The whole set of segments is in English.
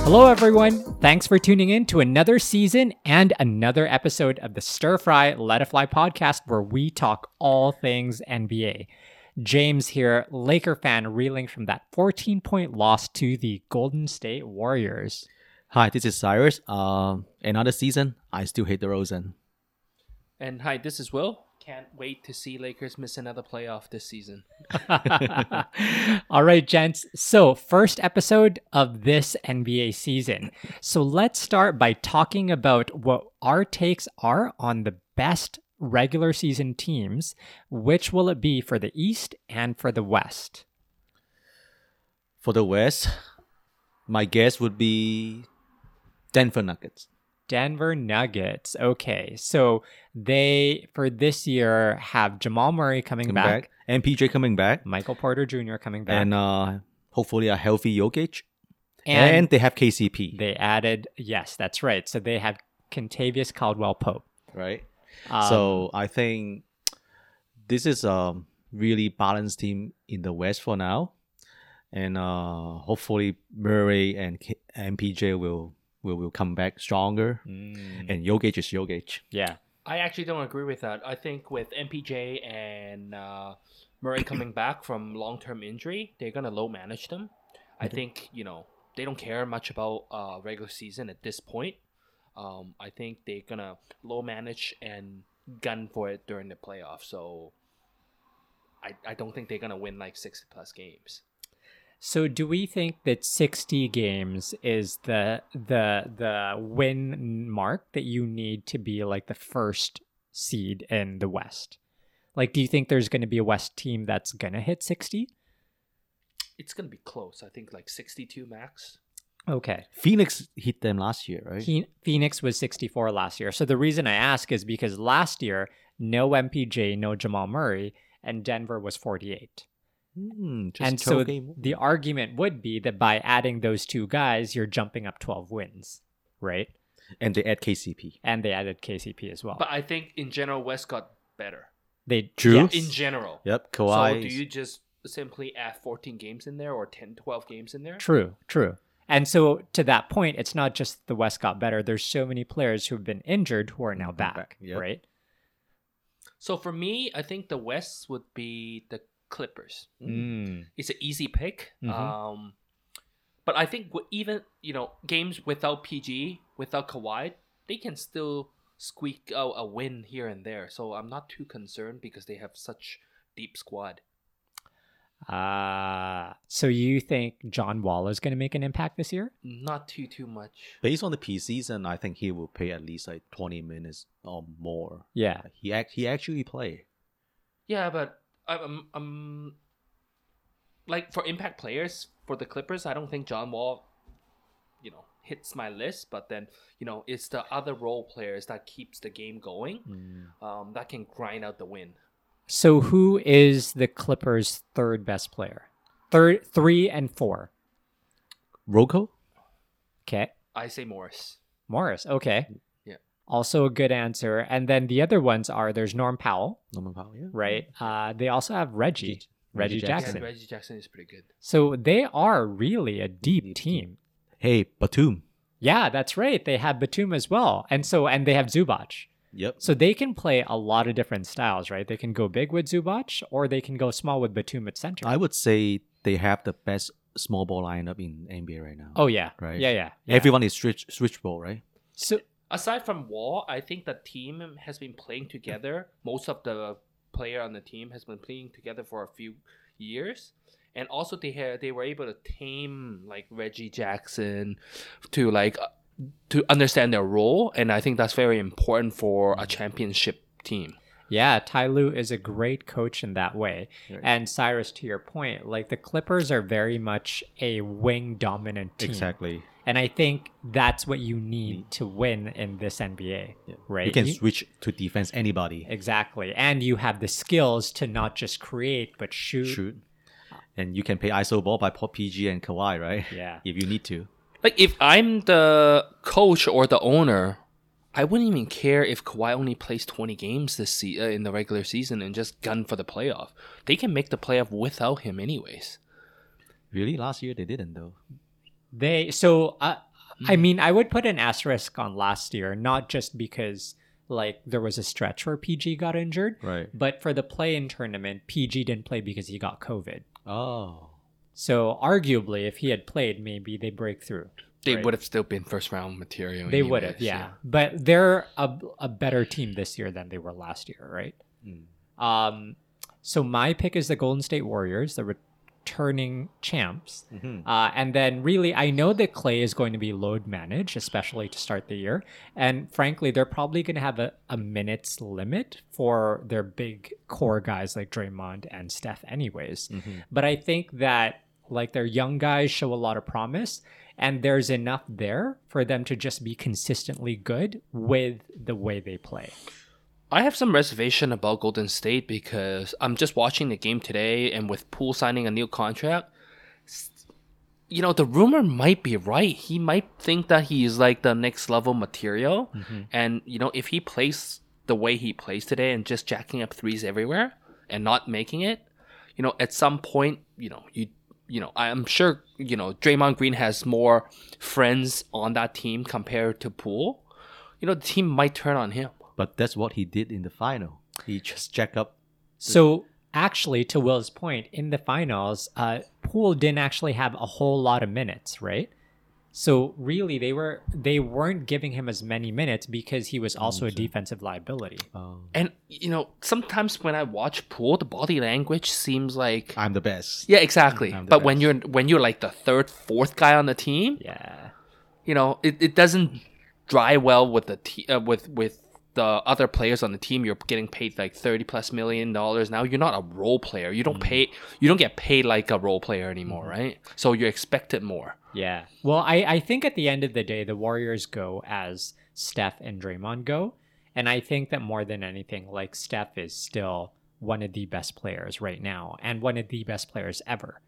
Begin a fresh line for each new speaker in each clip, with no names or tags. Hello, everyone. Thanks for tuning in to another season and another episode of the Stir Fry Let It Fly podcast, where we talk all things NBA. James here, Laker fan, reeling from that 14 point loss to the Golden State Warriors.
Hi, this is Cyrus. Um, another season, I still hate the Rosen.
And hi, this is Will. Can't wait to see Lakers miss another playoff this season.
All right, gents. So, first episode of this NBA season. So, let's start by talking about what our takes are on the best regular season teams. Which will it be for the East and for the West?
For the West, my guess would be Denver Nuggets.
Denver Nuggets. Okay. So, they for this year have Jamal Murray coming
Coming
back,
back. And PJ coming back.
Michael Porter Jr. coming back,
And uh, hopefully a healthy Jokic. And,
and
they have KCP,
They added, yes, that's right. So they have Contavious Caldwell Pope.
right?
Um,
so I think this is a really balanced team in the West for now. And uh, hopefully Murray and, K- and PJ will, will, will come back stronger.
mm,
And Jokic is Jokic.
yeah,
I actually don't agree with that. I think with MPJ and uh, Murray coming back from long term injury, they're going to low manage them. I think, you know, they don't care much about uh, regular season at this point. Um, I think they're going to low manage and gun for it during the playoffs. So I, I don't think they're going to win like 60 plus games.
So do we think that 60 games is the the the win mark that you need to be like the first seed in the West? Like do you think there's going to be a West team that's going to hit 60?
It's going to be close. I think like 62 max.
Okay.
Phoenix hit them last year, right?
He- Phoenix was 64 last year. So the reason I ask is because last year no MPJ, no Jamal Murray, and Denver was 48.
Hmm, just
and so
12 game.
the argument would be that by adding those two guys, you're jumping up 12 wins, right?
and they add KCP.
And they added KCP as well.
But I think in general, West got better.
they
True.
yes.
In general.
Yep,
So
Kawhi.
do
is-
you just simply add 14 games in there or 10, 12 games in there?
True, true. And so to that point, it's not just the West got better. There's so many players who've been injured who are now back,
back, yep.
right?
So for me, I think the West would be the Clippers.
Mm-hmm.
Mm.
It's an easy pick.
Mhm.
Um, but I think w- even, you know, games without PG, without Kawhi, they can still squeak out a win here and there. So I'm not too concerned because they have such deep squad.
Uh, so you think John Wall is going to make an impact this year?
Not too, too much.
Based on the preseason, I think he will play at least like 20 minutes or more.
Yeah.
He act he actually played.
Yeah, but I'm, i I'm like for impact players for the Clippers, I don't think John Wall, you know, hits my list. But then you know, it's the other role players that keeps the game going, um, that can grind out the win.
So who is the Clippers' third best player? Third, three and four.
Roko?
Okay.
I say Morris.
Morris. Okay.
Yeah.
Also a good answer. And then the other ones are there's Norm Powell,
Norman Powell, yeah.
right? Uh, they also have Reggie, Reggie,
Mm-hmm. Reggie
Yeah,
Jackson.
Jackson.
Reggie Jackson is pretty good.
So they are really a deep
Deep
team.
Hey, Batum.
Yeah, that's right. They have Batum as well. And so, and they have Zubac.
Yep.
So they can play a lot of different styles, right? They can go big with Zubac or they can go small with Batum at center.
I would say they have the best small ball lineup in NBA right now.
oh, yeah.
Right.
Yeah, yeah. yeah.
Everyone is switch switch ball, right?
So,
Aside from Wall, I think the team has been playing together. Most of the player on the team has been playing together for a few years, and also they had they were able to tame like Reggie Jackson to like uh, to understand their role, and I think that's very important for a championship team.
Yeah, Ty Lue is a great coach in that way.
Right.
And Cyrus, to your point, like the Clippers are very much a wing dominant team.
Exactly.
And I think that's what you need to win in this NBA,
Mm. Yeah.
right?
You can switch to defense anybody.
exactly. And you have the skills to not just create, but shoot.
Shoot. And you can play ISO ball by Pop PG and Kawhi, right?
Yeah.
If you need to.
Like if I'm the coach or the owner, I wouldn't even care if Kawhi only plays 20 games this se- uh, in the regular season and just gun for the playoff. They can make the playoff without him, anyways.
Really, last year they didn't though.
They so uh, I mean I would put an asterisk on last year, not just because like there was a stretch where PG got injured,
Right.
but for the play-in tournament, PG didn't play because he got COVID.
Oh.
So arguably, if he had played, maybe they break through.
They
Right.
would have still been first round material.
They would have,
anyways,
yeah. But they're a, a better team this year than they were last year, right?
Mm.
Um, so my pick is the Golden State Warriors, the returning champs.
Mhm.
Uh, and then, really, I know that Clay is going to be load managed, especially to start the year. And frankly, they're probably going to have a, a minutes limit for their big core guys like Draymond and Steph, anyways.
Mhm.
But I think that like their young guys show a lot of promise, and there's enough there for them to just be consistently good with the way they play.
I have some reservation about Golden State because I'm just watching the game today, and with Poole signing a new contract, s- you know the rumor might be right. He might think that he is like the next level material, and you know if he plays the way he plays today and just jacking up threes everywhere and not making it, you know at some point, you know you you know I'm sure you know Draymond Green has more friends on that team compared to Poole. You know the team might turn on him.
But that's what he did in the final. He just jacked up.
So actually, to Will's point, in the finals, uh, Poole didn't actually have a whole lot of minutes, right? So really, they were they weren't giving him as many minutes because he was also a defensive liability.
Oh.
And you know, sometimes when I watch pool, the body language seems like
I'm the best.
yeah, exactly.
I'm the
But when
best.
you're when you're like the third, fourth guy on the team,
Yeah,
you know, it, it doesn't dry well with the te- uh, with with the other players on the team. You're getting paid like thirty plus million dollars now. You're not a role player. You don't pay. You don't get paid like a role player anymore, right? So you're expected more.
yeah. Well, I I think at the end of the day, the Warriors go as Steph and Draymond go, and I think that more than anything, like Steph is still one of the best players right now and one of the best players ever.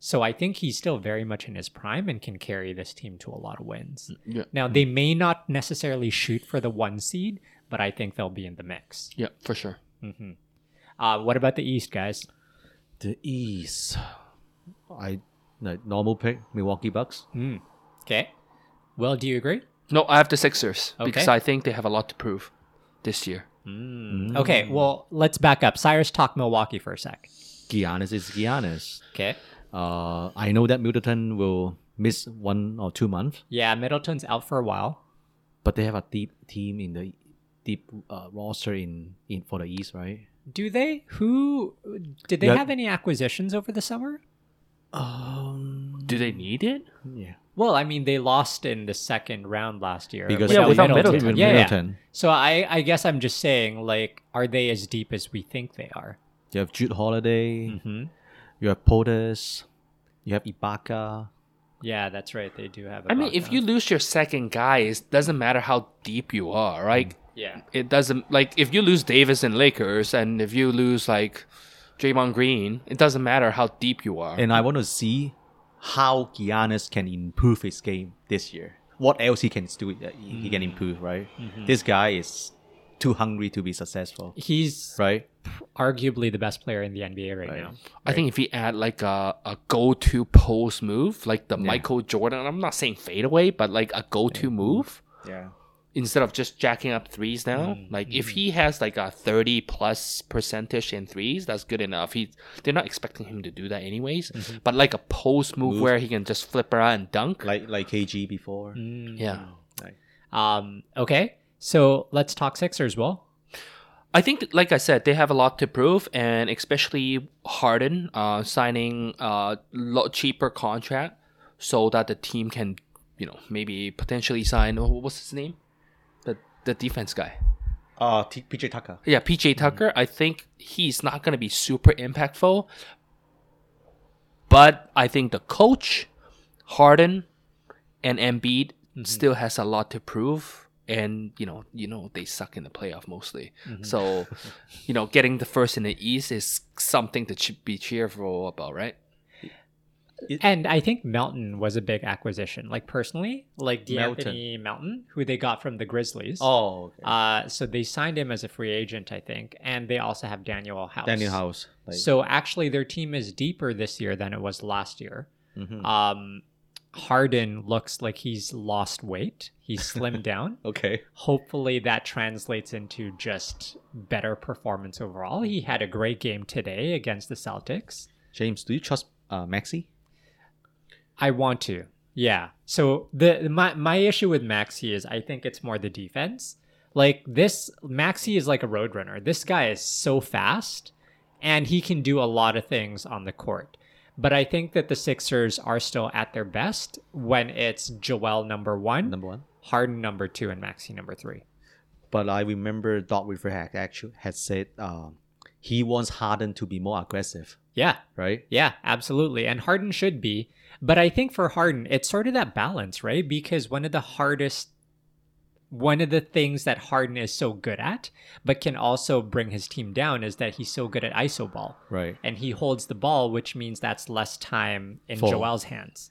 So I think he's still very much in his prime and can carry this team to a lot of wins.
Yeah.
Now they may not necessarily shoot for the one seed, but I think they'll be in the mix.
Yeah, for sure.
hmm Uh, what about the East, guys?
The East. I like normal pick Milwaukee Bucks.
Okay. Well, do you agree?
No, I have the Sixers because
Okay.
I think they have a lot to prove this year.
Mm-hmm.
Okay. Well, let's back up. Cyrus, talk Milwaukee for a sec.
Giannis is Giannis.
Okay.
Uh, I know that Middleton will miss one or two months,
Yeah, Middleton's out for a while.
but they have a deep team in the deep uh, roster in, in for the East, right?
Do they? Who did they
Yeah.
have any acquisitions over the summer?
Um,
Do they need it?
yeah,
Well, I mean, they lost in the second round last year
because
Yeah, without Middleton.
Yeah, yeah.
Middleton.
So I, I guess I'm just saying, like, are they as deep as we think they are?
You have Jude Holiday.
Mm-hmm.
You have Potus. You have Ibaka.
Yeah, that's right. They do have. I
I mean, if you lose your second guy, it doesn't matter how deep you are, right?
yeah,
It doesn't like if you lose Davis and Lakers, and if you lose like Draymond Green, it doesn't matter how deep you are.
And I want to see how Giannis can improve his game this year. What else he can do? That he he can improve, right?
Mm-hmm.
This guy is too hungry to be successful,
he's
right?
arguably the best player in the NBA right, now.
I think if you add like a, a go-to post move, like the Michael Jordan, I'm not saying fadeaway, but like a go-to move
Yeah.
instead of just jacking up threes now. Like if he has like a 30 plus percentage in threes, that's good enough. He they're not expecting him to do that anyways. But like a post move, where he can just flip around and dunk.
Like like KG before.
Yeah.
Like-
Um. Okay. So let's talk Sixers. Well,
I think, like I said, they have a lot to prove, and especially Harden uh, signing a lot cheaper contract so that the team can, you know, maybe potentially sign. oh, What's his name? The the defense guy.
Uh, T- PJ Tucker.
Yeah, PJ Tucker. I think he's not going to be super impactful, but I think the coach, Harden, and Embiid still has a lot to prove. And you know, you know they suck in the playoff mostly. So, you know, getting the first in the East is something to ch- be cheerful about, right?
And I think Melton was a big acquisition. Like personally, like D'Anthony Melton, who they got from the Grizzlies.
Oh, okay.
Uh, so they signed him as a free agent, I think, and they also have Daniel House.
Daniel House. Like,
So actually, their team is deeper this year than it was last year.
mhm.
Um, Harden looks like he's lost weight. He's slimmed down.
okay.
Hopefully, that translates into just better performance overall. He had a great game today against the Celtics.
James, do you trust uh, Maxi?
I want to. Yeah. So the my my issue with Maxi is I think it's more the defense. Like this Maxi is like a road runner. This guy is so fast and he can do a lot of things on the court. But I think that the Sixers are still at their best when it's Joel number 1,
Number one.
Harden number 2 and Maxi number 3.
But I remember Doc Riverhack actually had said um, he wants Harden to be more aggressive,
Yeah.
right?
Yeah, absolutely. And Harden should be. But I think for Harden, it's sort of that balance, right? Because one of the hardest, one of the things that Harden is so good at, but can also bring his team down, is that he's so good at ISO ball.
Right.
And he holds the ball, which means that's less time in
For-
Joel's hands.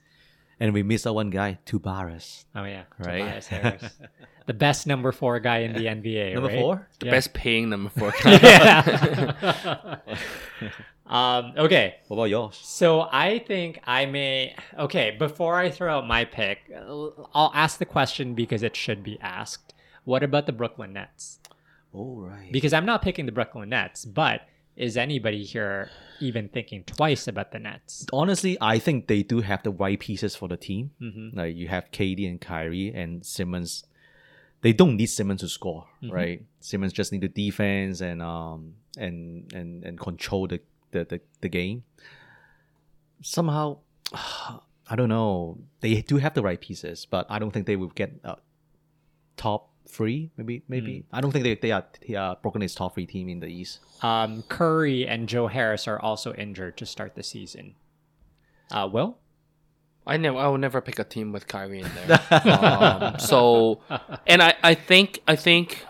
And we missed out one guy, Tubaris.
Oh, yeah.
Right.
Tobias Harris. the best number four guy in the NBA.
Number
right?
four?
The
Yeah.
best paying number four.
yeah. um, okay.
What about yours?
So I think I may. Okay, before I throw out my pick, uh, I'll ask the question because it should be asked. What about the Brooklyn Nets?
All right.
Because I'm not picking the Brooklyn Nets, but is anybody here even thinking twice about the Nets?
honestly, I think they do have the right pieces for the team.
hmm
Like you have KD and Kyrie and Simmons. They don't need Simmons to score,
Mhm.
right? Simmons just need the defense and um and and and control the the, the, the game. Somehow, I don't know. They do have the right pieces, but I don't think they will get uh, top three. Maybe maybe
Mm.
I don't think they they are they are Brooklyn is top three team in the East.
Um, Curry and Joe Harris are also injured to start the season. Uh, Will?
I never, I will never pick a team with Kyrie in there. um, so, and I, I think, I think,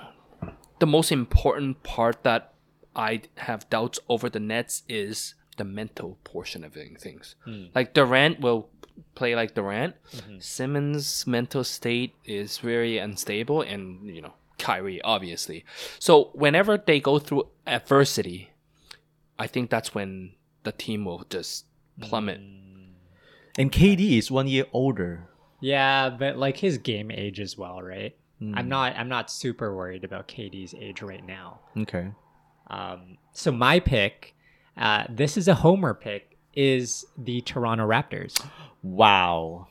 the most important part that I have doubts over the Nets is the mental portion of thing- things. Like Durant will play like Durant. Simmons' mental state is very unstable, and you know Kyrie obviously. So whenever they go through adversity, I think that's when the team will just plummet.
And KD is one year older.
Yeah, but like his game age as well, right? I'm
Mm.
not. I'm not super worried about KD's age right now.
Okay.
Um, so my pick, uh, this is a homer pick, is the Toronto Raptors.
Wow.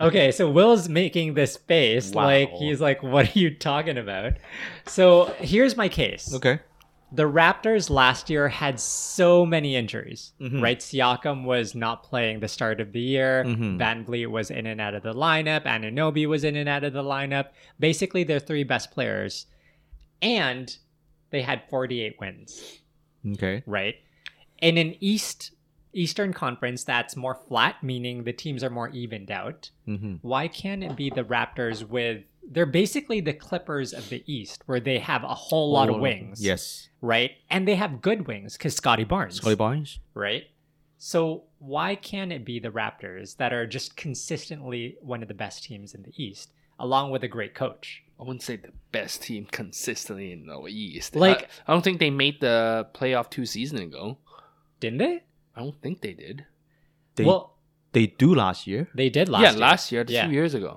Okay, so Will's making this face
Wow.
like he's like, "What are you talking about?" So here's my case.
Okay.
The Raptors last year had so many injuries,
Mhm.
right? Siakam was not playing the start of the year.
Mhm.
Van Vliet was in and out of the lineup. Ananobi was in and out of the lineup. Basically, their three best players, and they had 48 wins.
Okay.
right? In an East Eastern Conference that's more flat, meaning the teams are more evened out.
Mm-hmm.
Why can't it be the Raptors with they're basically the Clippers of the East, where they have a whole lot of wings,
Yes.
right? And they have good wings because Scotty Barnes,
Scotty Barnes.
right? So why can't it be the Raptors that are just consistently one of the best teams in the East, along with a great coach?
I wouldn't say the best team consistently in the East.
Like-
I, I don't think they made the playoff two seasons ago.
Didn't they?
I don't think they did.
They
well,
they do last year.
they did last
yeah,
year.
last year, two
Yeah.
years ago.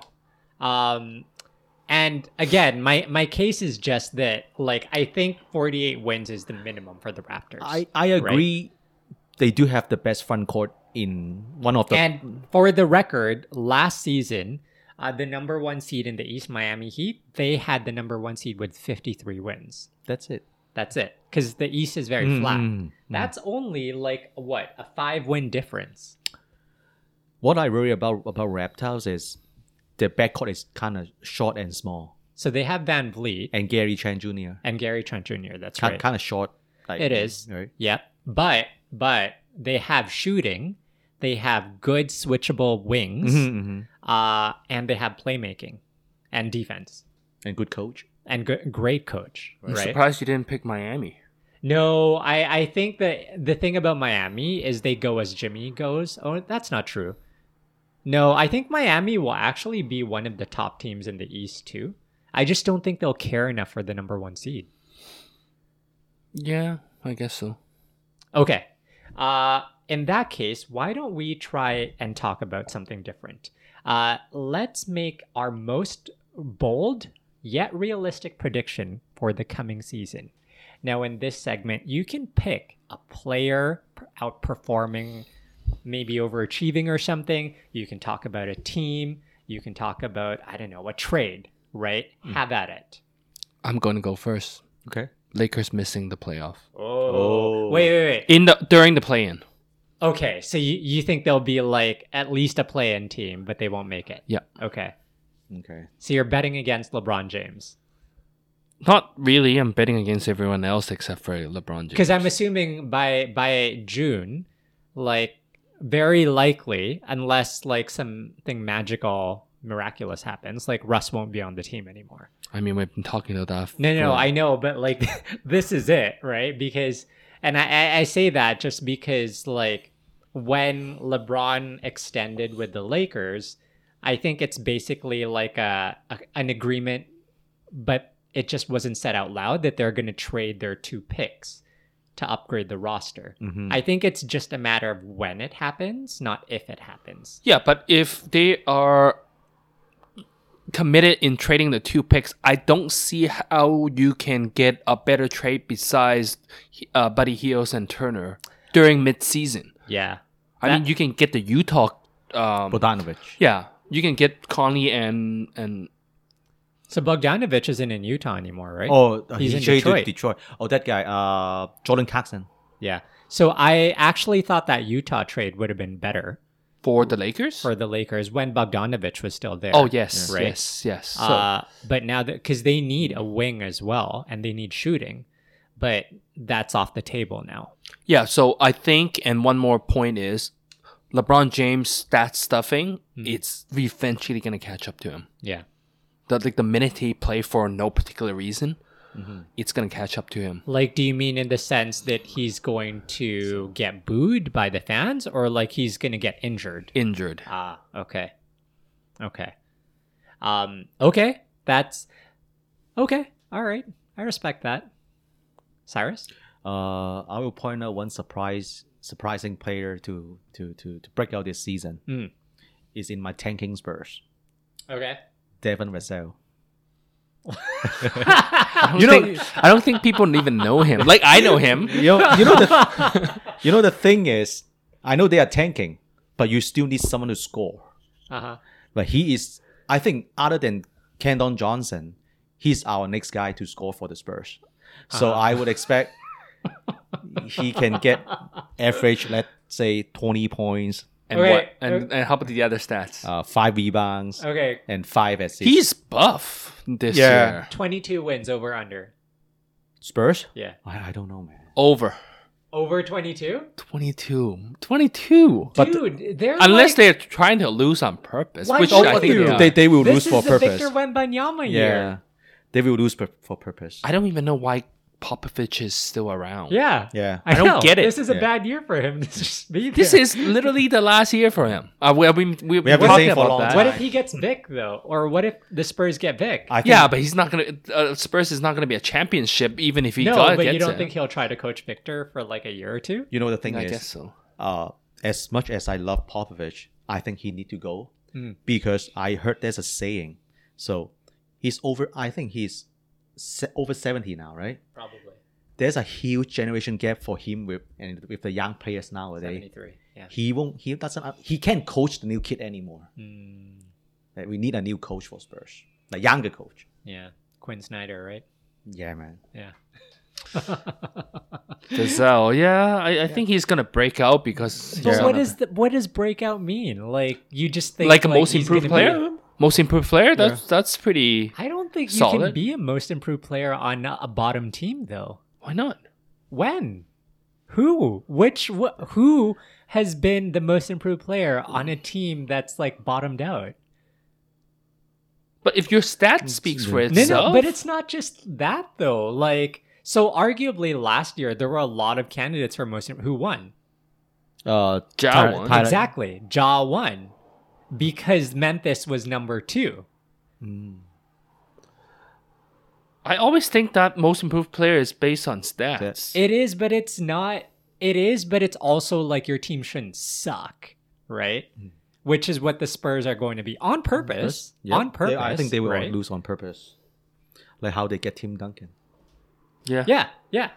Um, and again, my my case is just that. Like, I think 48 wins is the minimum for the Raptors.
I I agree. They do have the best front court in one of the.
and for the record, last season, uh, the number one seed in the East, Miami Heat, they had the number one seed with 53 wins.
that's it.
That's it, because the East is very
Mm,
flat.
mm, mm.
That's only like what a five win difference.
what I worry about about Raptors is their backcourt is kind of short and small,
So they have Van Vliet
and Gary Chan Jr.
and Gary Trent Jr. That's
kind
right.
kind of short. Like,
It is.
right.
Yep. But but they have shooting, they have good switchable wings,
Mhm, mhm.
uh, and they have playmaking and defense
And good coach.
and g- great coach,
I'm
right?
surprised you didn't pick Miami.
No, I, I think that the thing about Miami is they go as Jimmy goes. Oh, that's not true. No, I think Miami will actually be one of the top teams in the East too. I just don't think they'll care enough for the number one seed.
Yeah, I guess so.
Okay. Uh, in that case, why don't we try and talk about something different? Uh, let's make our most bold yet realistic prediction for the coming season. Now, in this segment, you can pick a player outperforming, maybe overachieving or something. You can talk about a team. You can talk about, I don't know, a trade, right? Have at it.
I'm going to go first.
Okay.
Lakers missing the playoff
Oh.
Wait, wait, wait.
in the during the play-in.
Okay, so you, you think they'll be like at least a play in team, but they won't make it?
Yeah.
Okay.
Okay.
So you're betting against LeBron James.
Not really. I'm betting against everyone else except for LeBron James.
Because I'm assuming by by June, like very likely, unless like something magical miraculous happens, like Russ won't be on the team anymore.
I mean, we've been talking about that.
No, no,
for-
no, I know, but like this is it, right? Because, and I- I, I say that just because, like, when LeBron extended with the Lakers, I think it's basically like a, a an agreement, but it just wasn't said out loud that they're going to trade their two picks to upgrade the roster.
Mm-hmm.
I think it's just a matter of when it happens, not if it happens.
Yeah, but if they are committed in trading the two picks, I don't see how you can get a better trade besides uh, Buddy Heels and Turner during midseason.
Yeah.
I mean, you can get the Utah. Um,
Bogdanovich.
yeah, you can get Conley and and
So Bogdanovich isn't in Utah anymore, right?
Oh, uh,
He's
he
in
traded
Detroit.
Detroit. Oh, that guy, uh, Jordan Clarkson.
Yeah. So I actually thought that Utah trade would have been better
for the Lakers.
for the Lakers when Bogdanovich was still there.
oh yes,
Right.
yes, yes. So,
Uh, but now that because they need a wing as well and they need shooting, but that's off the table now.
yeah, so I think, and one more point is, LeBron James stat stuffing.
Hmm.
It's eventually gonna catch up to him.
Yeah.
the like the minute he play for no particular reason,
Mm-hmm.
it's gonna catch up to him.
Like, do you mean in the sense that he's going to get booed by the fans, or like he's going to get injured?
Injured.
Ah, okay. Okay. Um, okay. That's okay. All right. I respect that. Cyrus?
Uh, I will point out one surprise, surprising player to to to, to break out this season.
Mm.
Is in my tanking Spurs,
Okay.
Devin Vassell.
I don't, think, I don't think people even know him. Like I know him.
You know, you know the you know the thing is, I know they are tanking, but you still need someone to score.
Uh-huh.
But he is, I think, other than Kendon Johnson, he's our next guy to score for the Spurs. So I would expect he can get average, let's say, 20 points,
And
Okay.
what?
uh,
And, and how about the other stats?
uh, five rebounds,
Okay.
and five assists.
He's buff this
Yeah.
year.
22 wins over under.
Spurs?
Yeah.
I, I don't know, man.
Over
Over 22?
22. 22.
But-
Dude, they're
Unless
like,
they're trying to lose on purpose,
Why
which
should
I think
you?
they, are.
they, they will
this
lose
is
for
the
purpose.
Victor Wembanyama
yeah.
year.
They will lose per, for purpose.
I don't even know why Popovich is still around.
Yeah.
yeah.
I,
don't
know.
get it.
This is a
Yeah.
bad year for him. This is- be
This
there.
is literally the last year for him. Uh, we, we, we, we
have been
talking
saying for a
about
long
that.
time.
What if he gets Vic though? Or what if the Spurs get Vic?
I think,
Yeah, but he's not gonna. Uh, Spurs is not gonna be a championship, even if he
no,
got,
but
gets
you don't
it.
think he'll try to coach Victor for like a year or two?
you know the thing
I
is,
guess so.
uh, as much as I love Popovich, I think he need to go
Mm.
because I heard there's a saying. So he's over. I think he's se- over seventy now, right?
Probably.
There's a huge generation gap for him with and with the young players nowadays.
73. Yeah.
He won't. He doesn't. uh, He can't coach the new kid anymore.
Mm,
Like, we need a new coach for Spurs, a younger coach.
yeah. Quinn Snyder, right?
Yeah, man.
Yeah.
Giselle, yeah, I, I think he's gonna break out because he's
But
Yeah.
what
on a-
is the, what does breakout mean? Like you just think
like a most
he's
improved
gonna be-
player? Most improved player? That's that's pretty.
I don't think you can
Solid.
be a most improved player on a bottom team though.
Why not?
When? Who? Which wh- who has been the most improved player on a team that's like bottomed out?
But if your stat speaks for
No,
No,
itself,
no, but it's not just that though. Like So arguably, last year there were a lot of candidates for most who won.
Uh,
Ja
Ty-
won.
Tyler-
Exactly, Ja won because Memphis was number two.
Mm,
I always think that most improved player is based on stats.
Yes.
It is, but it's not. It is, but it's also like your team shouldn't suck, right?
Mm.
Which is what the Spurs are going to be on purpose.
yeah.
On purpose.
They- I think they will
right?
lose on purpose, like how they get Tim Duncan.
yeah.
Yeah, yeah.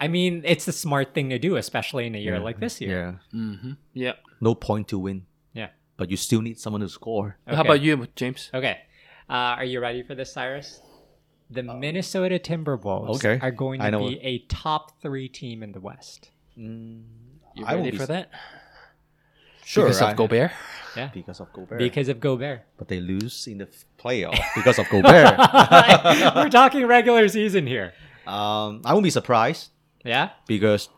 I mean, it's the smart thing to do, especially in a year like this year.
Yeah,
Mm-hmm. Yeah.
no point to win,
Yeah.
but you still need someone to score.
Okay.
How about you, James?
Okay. Uh, are you ready for this, Cyrus? The Minnesota Timberwolves
Uh, okay.
are going to
I know
be a top three team in the West. Mm.
You
I
ready
will be
for
s-
that?
Sure,
because
I-
of Gobert.
Yeah.
because of Gobert.
Because of Gobert.
but they lose in the f- playoff because of Gobert.
We're talking regular season here.
um, I won't be surprised
Yeah?
because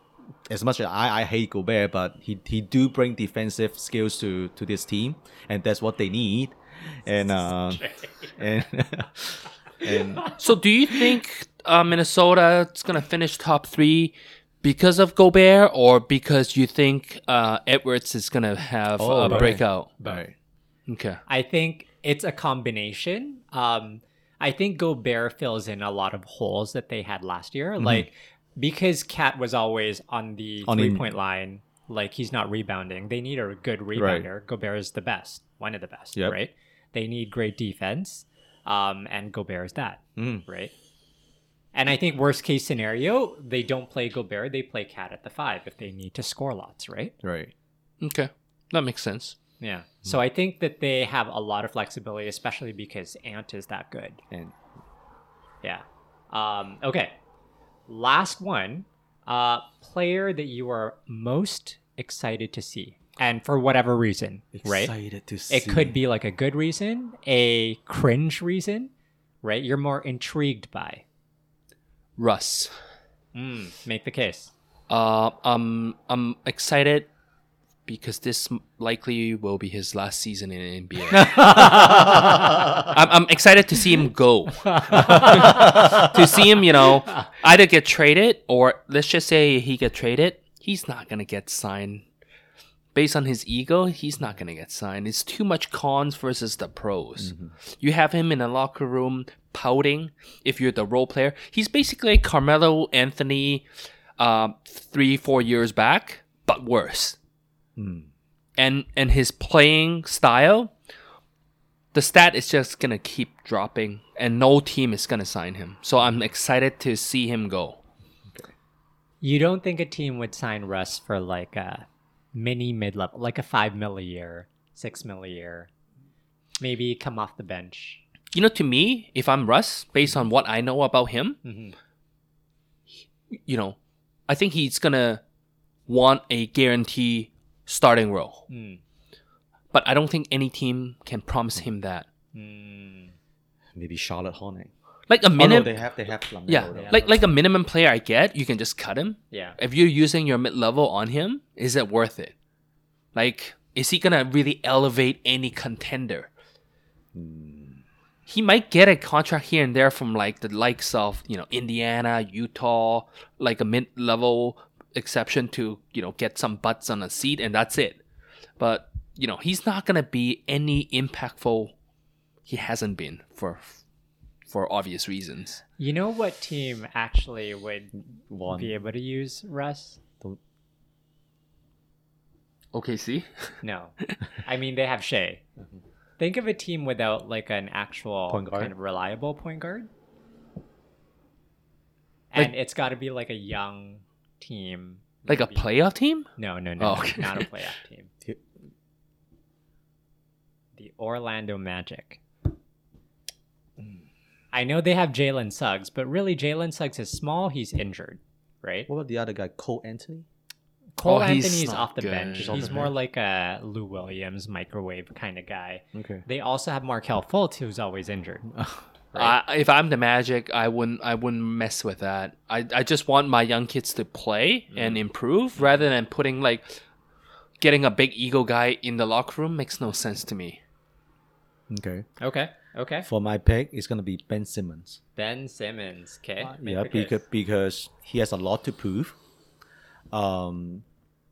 as much as I, I hate Gobert, but he, he do bring defensive skills to, to this team, and that's what they need. And uh, and and
So, do you think uh, Minnesota's gonna finish top three because of Gobert, or because you think uh, Edwards is gonna have
Oh,
a
right.
breakout?
right.
Okay.
I think it's a combination. Um, I think Gobert fills in a lot of holes that they had last year, like because Cat was always on the
Mm-hmm. On the-
three point line, like he's not rebounding. They need a good rebounder. Gobert is the best, one of the best,
Yep.
right? They need great defense, um, and Gobert is that,
Mm.
right? And I think worst case scenario, they don't play Gobert, they play Cat at the five if they need to score lots, right?
right.
Okay. That makes sense.
Yeah. So I think that they have a lot of flexibility, especially because Ant is that good.
And
Yeah. Um, okay. Last one. Uh, player that you are most excited to see, and for whatever reason, right?
Excited to see.
It could be like a good reason, a cringe reason, right? You're more intrigued by.
Russ.
Mm, make the case.
Uh, um, I'm excited because this m- likely will be his last season in NBA. I'm, I'm excited to see him go. to see him, you know, either get traded or let's just say he get traded. He's not gonna get signed. Based on his ego, he's not gonna get signed. It's too much cons versus the pros. You have him in a locker room pouting. If you're the role player, he's basically Carmelo Anthony, um, three four years back, but worse.
Mm.
And and his playing style, the stat is just gonna keep dropping, and no team is gonna sign him. So I'm excited to see him go.
You don't think a team would sign Russ for like a mini mid level, like a five mil a year, six mil a year, maybe come off the bench.
You know, to me, if I'm Russ, based on what I know about him,
Mhm.
Mm-hmm.
you know, I think he's gonna want a guarantee starting role.
Mm.
But I don't think any team can promise him that.
Mm.
maybe Charlotte Hornet.
Like a
Oh, no,
minimum,
they have they have Lamelo
yeah,
though.
like like a minimum player I get, you can just cut him.
Yeah.
if you're using your mid level on him, is it worth it? Like, is he gonna really elevate any contender? He might get a contract here and there from like the likes of you know Indiana, Utah, like a mid level exception to you know get some butts on a seat and that's it. But you know he's not gonna be any impactful. He hasn't been for for obvious reasons.
You know what team actually would
One.
be able to use Russ?
Okay, see.
No. I mean, they have Shea. Think of a team without like an actual
Point guard?
kind of reliable point guard. And it's got to be like a young team.
Like a
maybe.
playoff team?
No, no, no.
Oh, okay.
Not a playoff team.
Two.
The Orlando Magic. I know they have Jalen Suggs, but really Jalen Suggs is small. He's injured, right?
What about the other guy, Cole Anthony?
Cole
oh, he's
Anthony's
not
off the
good.
bench.
He's
He's,
off the
more
bench.
like a Lou Williams microwave kind of guy.
Okay.
They also have Markel Fultz, who's always injured.
Uh.
Right.
I, if I'm the Magic, I wouldn't I wouldn't mess with that. I, I just want my young kids to play and improve rather than putting like getting a big ego guy in the locker room makes no sense to me.
Okay.
Okay. Okay.
For my pick, it's gonna be Ben Simmons.
Ben Simmons. Okay.
yeah, because because he has a lot to prove. Um,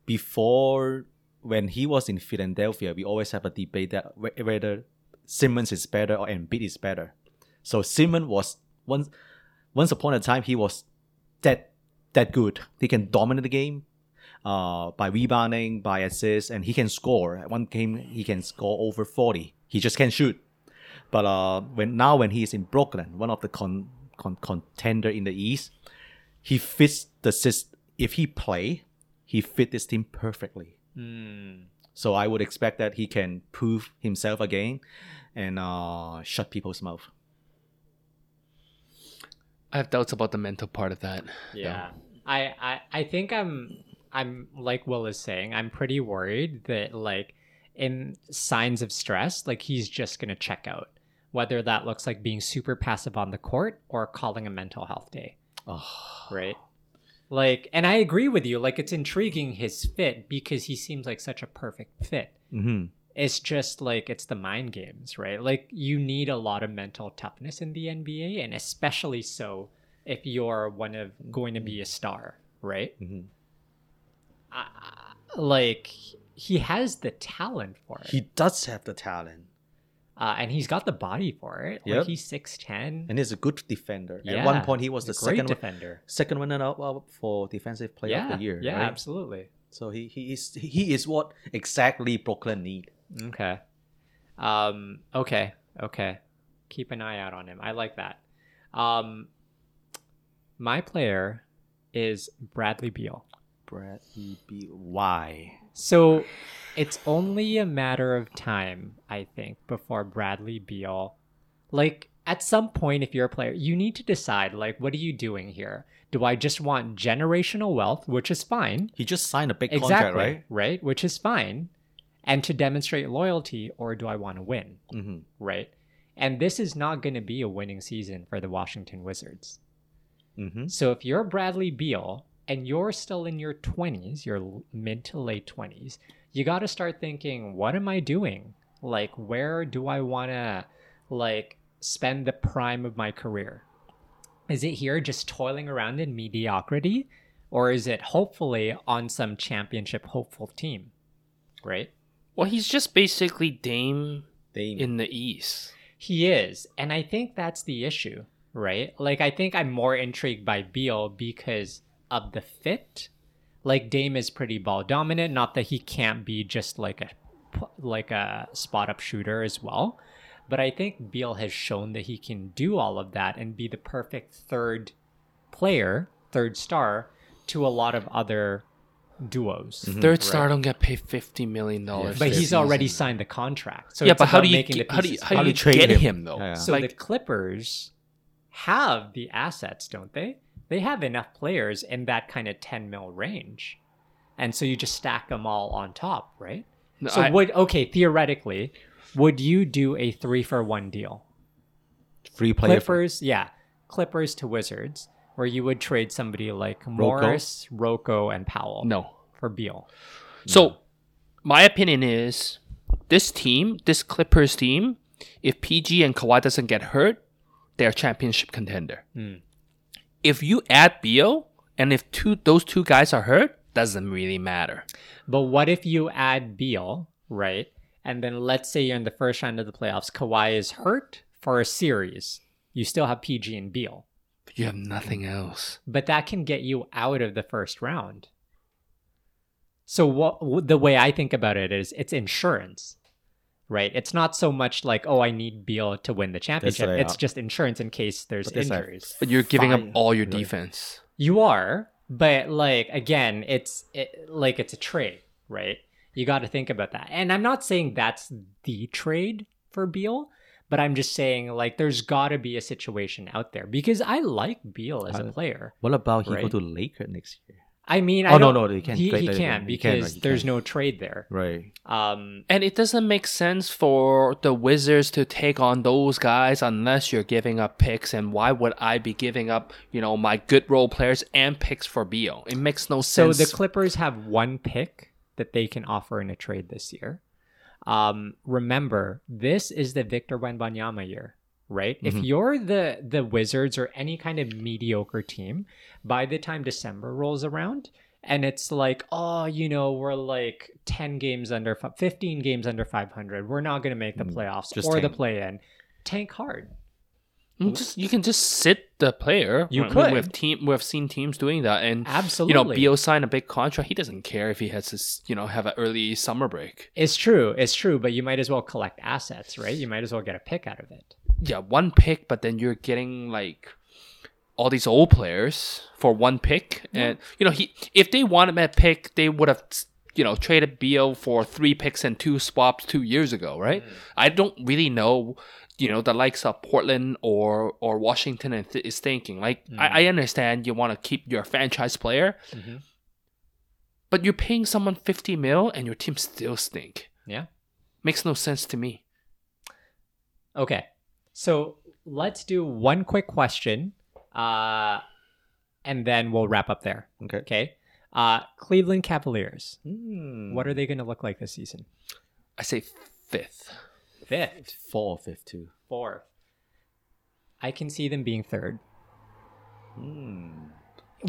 before when he was in Philadelphia, we always have a debate that wh- whether Simmons is better or Embiid is better. So Simmons was once once upon a time he was that that good. He can dominate the game. Uh, by rebounding, by assists, and he can score. At One game he can score over forty. He just can't shoot. But uh, when now when he is in Brooklyn, one of the con, con, contender in the East, he fits the system. If he play, he fit this team perfectly.
Mm,
So I would expect that he can prove himself again and uh, shut people's mouth.
I have doubts about the mental part of that.
yeah. I, I I think I'm I'm like Will is saying, I'm pretty worried that like in signs of stress, like he's just gonna check out. Whether that looks like being super passive on the court or calling a mental health day.
Oh,
right like and i agree with you like it's intriguing his fit because he seems like such a perfect fit
mhm.
it's just like it's the mind games right like you need a lot of mental toughness in the nba and especially so if you're one of going to be a star right
Mhm.
I, like he has the talent for it
He does have the talent
uh, and he's got the body for it
Yep.
like he's 610
and he's a good defender. At
Yeah.
one point, he was the
a great
second
defender
second runner up up for defensive player
yeah
of the year.
yeah
right?
absolutely
So he, he is he is what exactly Brooklyn need.
Okay. Um, okay. Okay. Keep an eye out on him. I like that. Um, my player is Bradley Beal.
Bradley Beal. Why?
So it's only a matter of time, I think, before Bradley Beal. Like, at some point, if you're a player, you need to decide, like, what are you doing here? Do I just want generational wealth, which is fine?
He just signed a big contract,
Exactly.
right?
right? Which is fine. And to demonstrate loyalty, or do I want to win?
Mm-hmm.
right? And this is not going to be a winning season for the Washington Wizards.
Mm-hmm.
So if you're Bradley Beal and you're still in your 20s, your l- mid to late 20s, you got to start thinking, what am I doing? Like where do I want to like spend the prime of my career? Is it here just toiling around in mediocrity or is it hopefully on some championship hopeful team? Right?
Well, he's just basically Dame
They
in the East.
He is, and I think that's the issue, right? Like I think I'm more intrigued by Beal because of the fit. Like Dame is pretty ball dominant, not that he can't be just like a like a spot up shooter as well, but I think Beal has shown that he can do all of that and be the perfect third player, third star to a lot of other duos.
Mhm.
Third star don't get paid fifty million dollars.
Mm, But
Fair
he's already
season.
signed the contract. So
yeah,
it's
but how
about
do you
making
get,
the
how do you
pieces
how
fit.
do you
trade
get
him.
him, though?
Yeah, yeah.
So the
like,
Clippers have the assets, don't they? They have enough players in that kind of 10 mil range. And so you just stack them all on top, right?
no,
so
I-
would okay, theoretically, would you do a 3 for 1 deal?
free player. for-
Clippers, yeah. Clippers to Wizards where you would trade somebody like Morris, Rocco and Powell
no.
for Beal.
So, my opinion is this team, this Clippers team, if PG and Kawhi doesn't get hurt, they're a championship contender.
Hmm.
If you add Beal and if two those two guys are hurt, doesn't really matter.
But what if you add Beal, right? And then let's say you're in the first round of the playoffs. Kawhi is hurt for a series. You still have PG and Beal,
But you have nothing else.
but that can get you out of the first round. So what w- the way I think about it is, it's insurance, right? It's not so much like, oh, I need Beal to win the championship.
like,
It's
uh,
just insurance in case there's
but that's like-
injuries.
But you're giving
Fine.
up all your
Really.
defense.
You are, but like again, it's it, like it's a trade, right? You got to think about that. And I'm not saying that's the trade for Beal, but I'm just saying like there's got to be a situation out there because I like Beal as a
I-
player.
what about he
Right.
go to Laker next year?
I mean, I
Oh, no,
don't-
no, they can't
He,
trade
he
that
can
again. He can,
because
right, he
there's
can.
no trade there.
Right.
Um,
And it doesn't make sense for the Wizards to take on those guys unless you're giving up picks. And why would I be giving up, you know, my good role players and picks for Beal? It makes no
So
sense.
the Clippers have one pick that they can offer in a trade this year. Um, remember, this is the Victor Wembanyama year, right? If
Mhm.
you're the the Wizards or any kind of mediocre team, by the time December rolls around and it's like, oh, you know, we're like 10 games under, fi- 15 games under 500. We're not going to make the
Mm,
playoffs
just
or the
tank.
play in. Tank hard.
You Just you can just sit the player.
You
We-
could.
We've team we've seen teams doing that, and
Absolutely.
you know, Bo signed a big contract. He doesn't care if he has his you know have an early summer break.
It's true. It's true. But you might as well collect assets, right? You might as well get a pick out of it.
Yeah, one pick, but then you're getting like all these old players for one pick, and you know he if they wanted that pick, they would have you know traded Bo for three picks and two swaps two years ago, right? I don't really know. You know the likes of Portland or or Washington and th- is thinking like I, I understand you want to keep your franchise player,
Mm-hmm.
but you're paying someone 50 mil and your team still stink.
Yeah.
Makes no sense to me.
Okay. So let's do one quick question uh, and then we'll wrap up there.
Okay.
Okay. Uh, Cleveland Cavaliers.
Hmm.
What are they going to look like this season?
I say fifth.
Fifth,
four or fifth too?
fourth. I can see them being third
Hmm.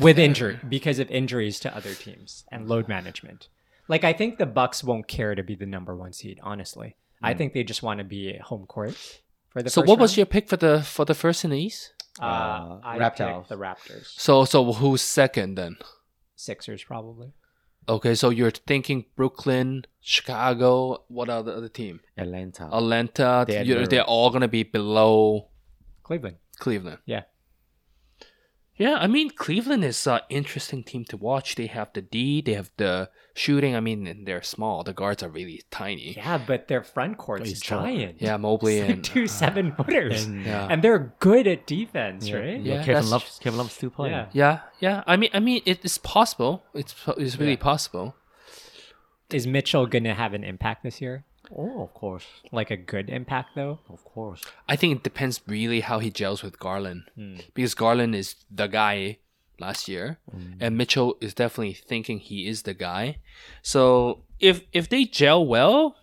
with injury because of injuries to other teams and load management. Like I think the Bucks won't care to be the number one seed. Honestly, I think they just want to be at home court for the.
So
first
what was
round.
your pick for the for the first in the East?
uh,
Uh,
I
Raptors.
picked The Raptors,
So so who's second then?
Sixers probably.
Okay, so you're thinking Brooklyn, Chicago, what are the other team?
Atlanta.
Atlanta,
They're
you're,
third.
they're all going to be below
Cleveland.
Cleveland.
Yeah.
Yeah, I mean Cleveland is an interesting team to watch. They have the D, they have the shooting. I mean, and they're small. The guards are really tiny.
Yeah, but their front court's
He's tall.
giant.
Yeah,
It's
Mobley
like
and
two seven footers,
uh, And- uh,
yeah.
and they're good at defense,
Yeah,
right?
yeah,
Yeah,
Kevin
that's-
Love. Kevin Love's still playing.
Yeah.
Yeah, yeah. I mean, I mean, it is possible. It's po- it's really
Yeah.
possible.
Is Mitchell gonna have an impact this year?
Oh, of course,
Like a good impact though.
of course.
I think it depends really how he gels with Garland, because Garland is the guy last year, and Mitchell is definitely thinking he is the guy. So if if they gel well,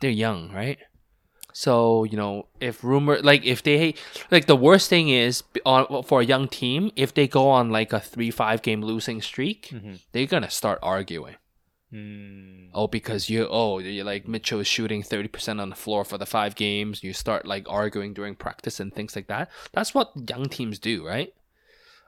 they're young, right? So you know, if rumor like if they like the worst thing is b- on for a young team if they go on like a three five game losing streak,
Hmm.
Mm-hmm.
they're gonna start arguing.
Mm,
Oh, because you oh you're like Mitchell is shooting thirty percent on the floor for the five games. You start like arguing during practice and things like that. That's what young teams do, right?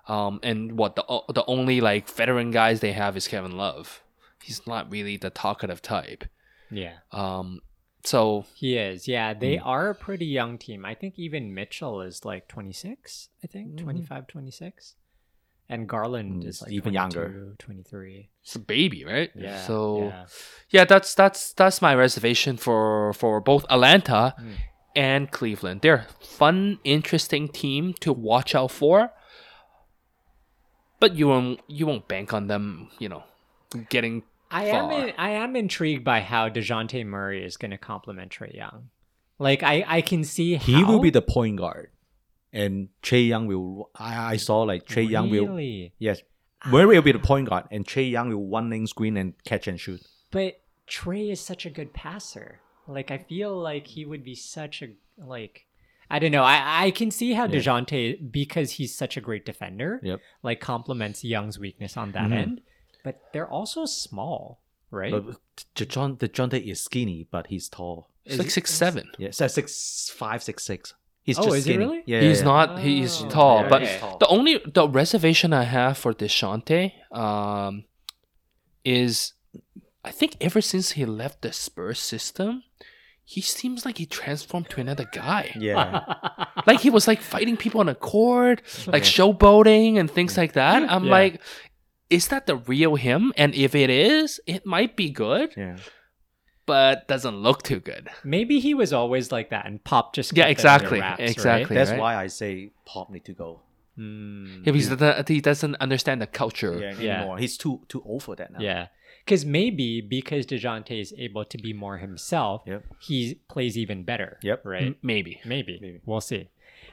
Um, and what the o- the only like veteran guys they have is Kevin Love. He's not really the talkative type.
Yeah.
Um, so
He is. Yeah, they
Mm.
are a pretty young team. I think even Mitchell is like 26, I think, twenty five, twenty six, 25, 26. And Garland
Mm-hmm. Mm,
is like
even younger.
22, 23.
it's a baby, right?
Yeah.
So yeah,
yeah.
that's that's that's my reservation for for both Atlanta
Mm.
and Cleveland. They're a fun, interesting team to watch out for. But you won't you won't bank on them, you know, getting
I am
far.
in, I am intrigued by how DeJounte Murray is going to complement Trey Young. Like I I can see
He will be
how-
the point guard, and Trey Young will. I, I saw like Trey Young will.
Really?
Yes, Murray will be the point guard, and Trey Young will one lane screen and catch and shoot.
But Trey is such a good passer. Like I feel like he would be such a like I don't know. I, I can see how
Yeah.
DeJounte, because he's such a great defender,
Yep.
like complements Young's weakness on that
Mhm.
end. But they're also small, right?
But the John the John is skinny, but he's tall.
It's like six seven.
Yeah, so six five six six. He's
Oh,
just
is he
skinny.
really?
Yeah,
he's
yeah,
not he's
Oh.
tall,
Yeah,
but
he's tall.
the only the reservation I have for Deshante um is I think ever since he left the Spurs system, he seems like he transformed to another guy.
Yeah,
like he was like fighting people on a court, like
Oh, Yeah.
showboating and things like that. I'm
Yeah.
like, is that the real him? And if it is, it might be good,
yeah.
but doesn't look too good.
Maybe he was always like that and Pop just
Yeah,
kept it under
exactly,
wraps, right?
exactly.
That's
right?
why I say Pop need to go. Mm.
Yeah, because that- he doesn't understand the culture.
yeah,
Yeah.
anymore. He's too too old for that now.
Yeah. Because maybe because DeJounte is able to be more himself,
Yep.
he plays even better.
Yep. Mm.
Right.
M- Maybe.
Maybe.
Maybe.
We'll see.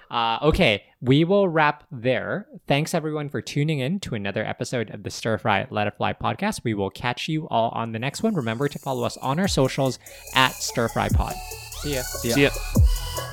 Uh, okay, we will wrap there. Thanks everyone for tuning in to another episode of the Stir Fry Let It Fly podcast. We will catch you all on the next one. Remember to follow us on our socials at Stir Fry Pod. See ya.
See ya.
Bye.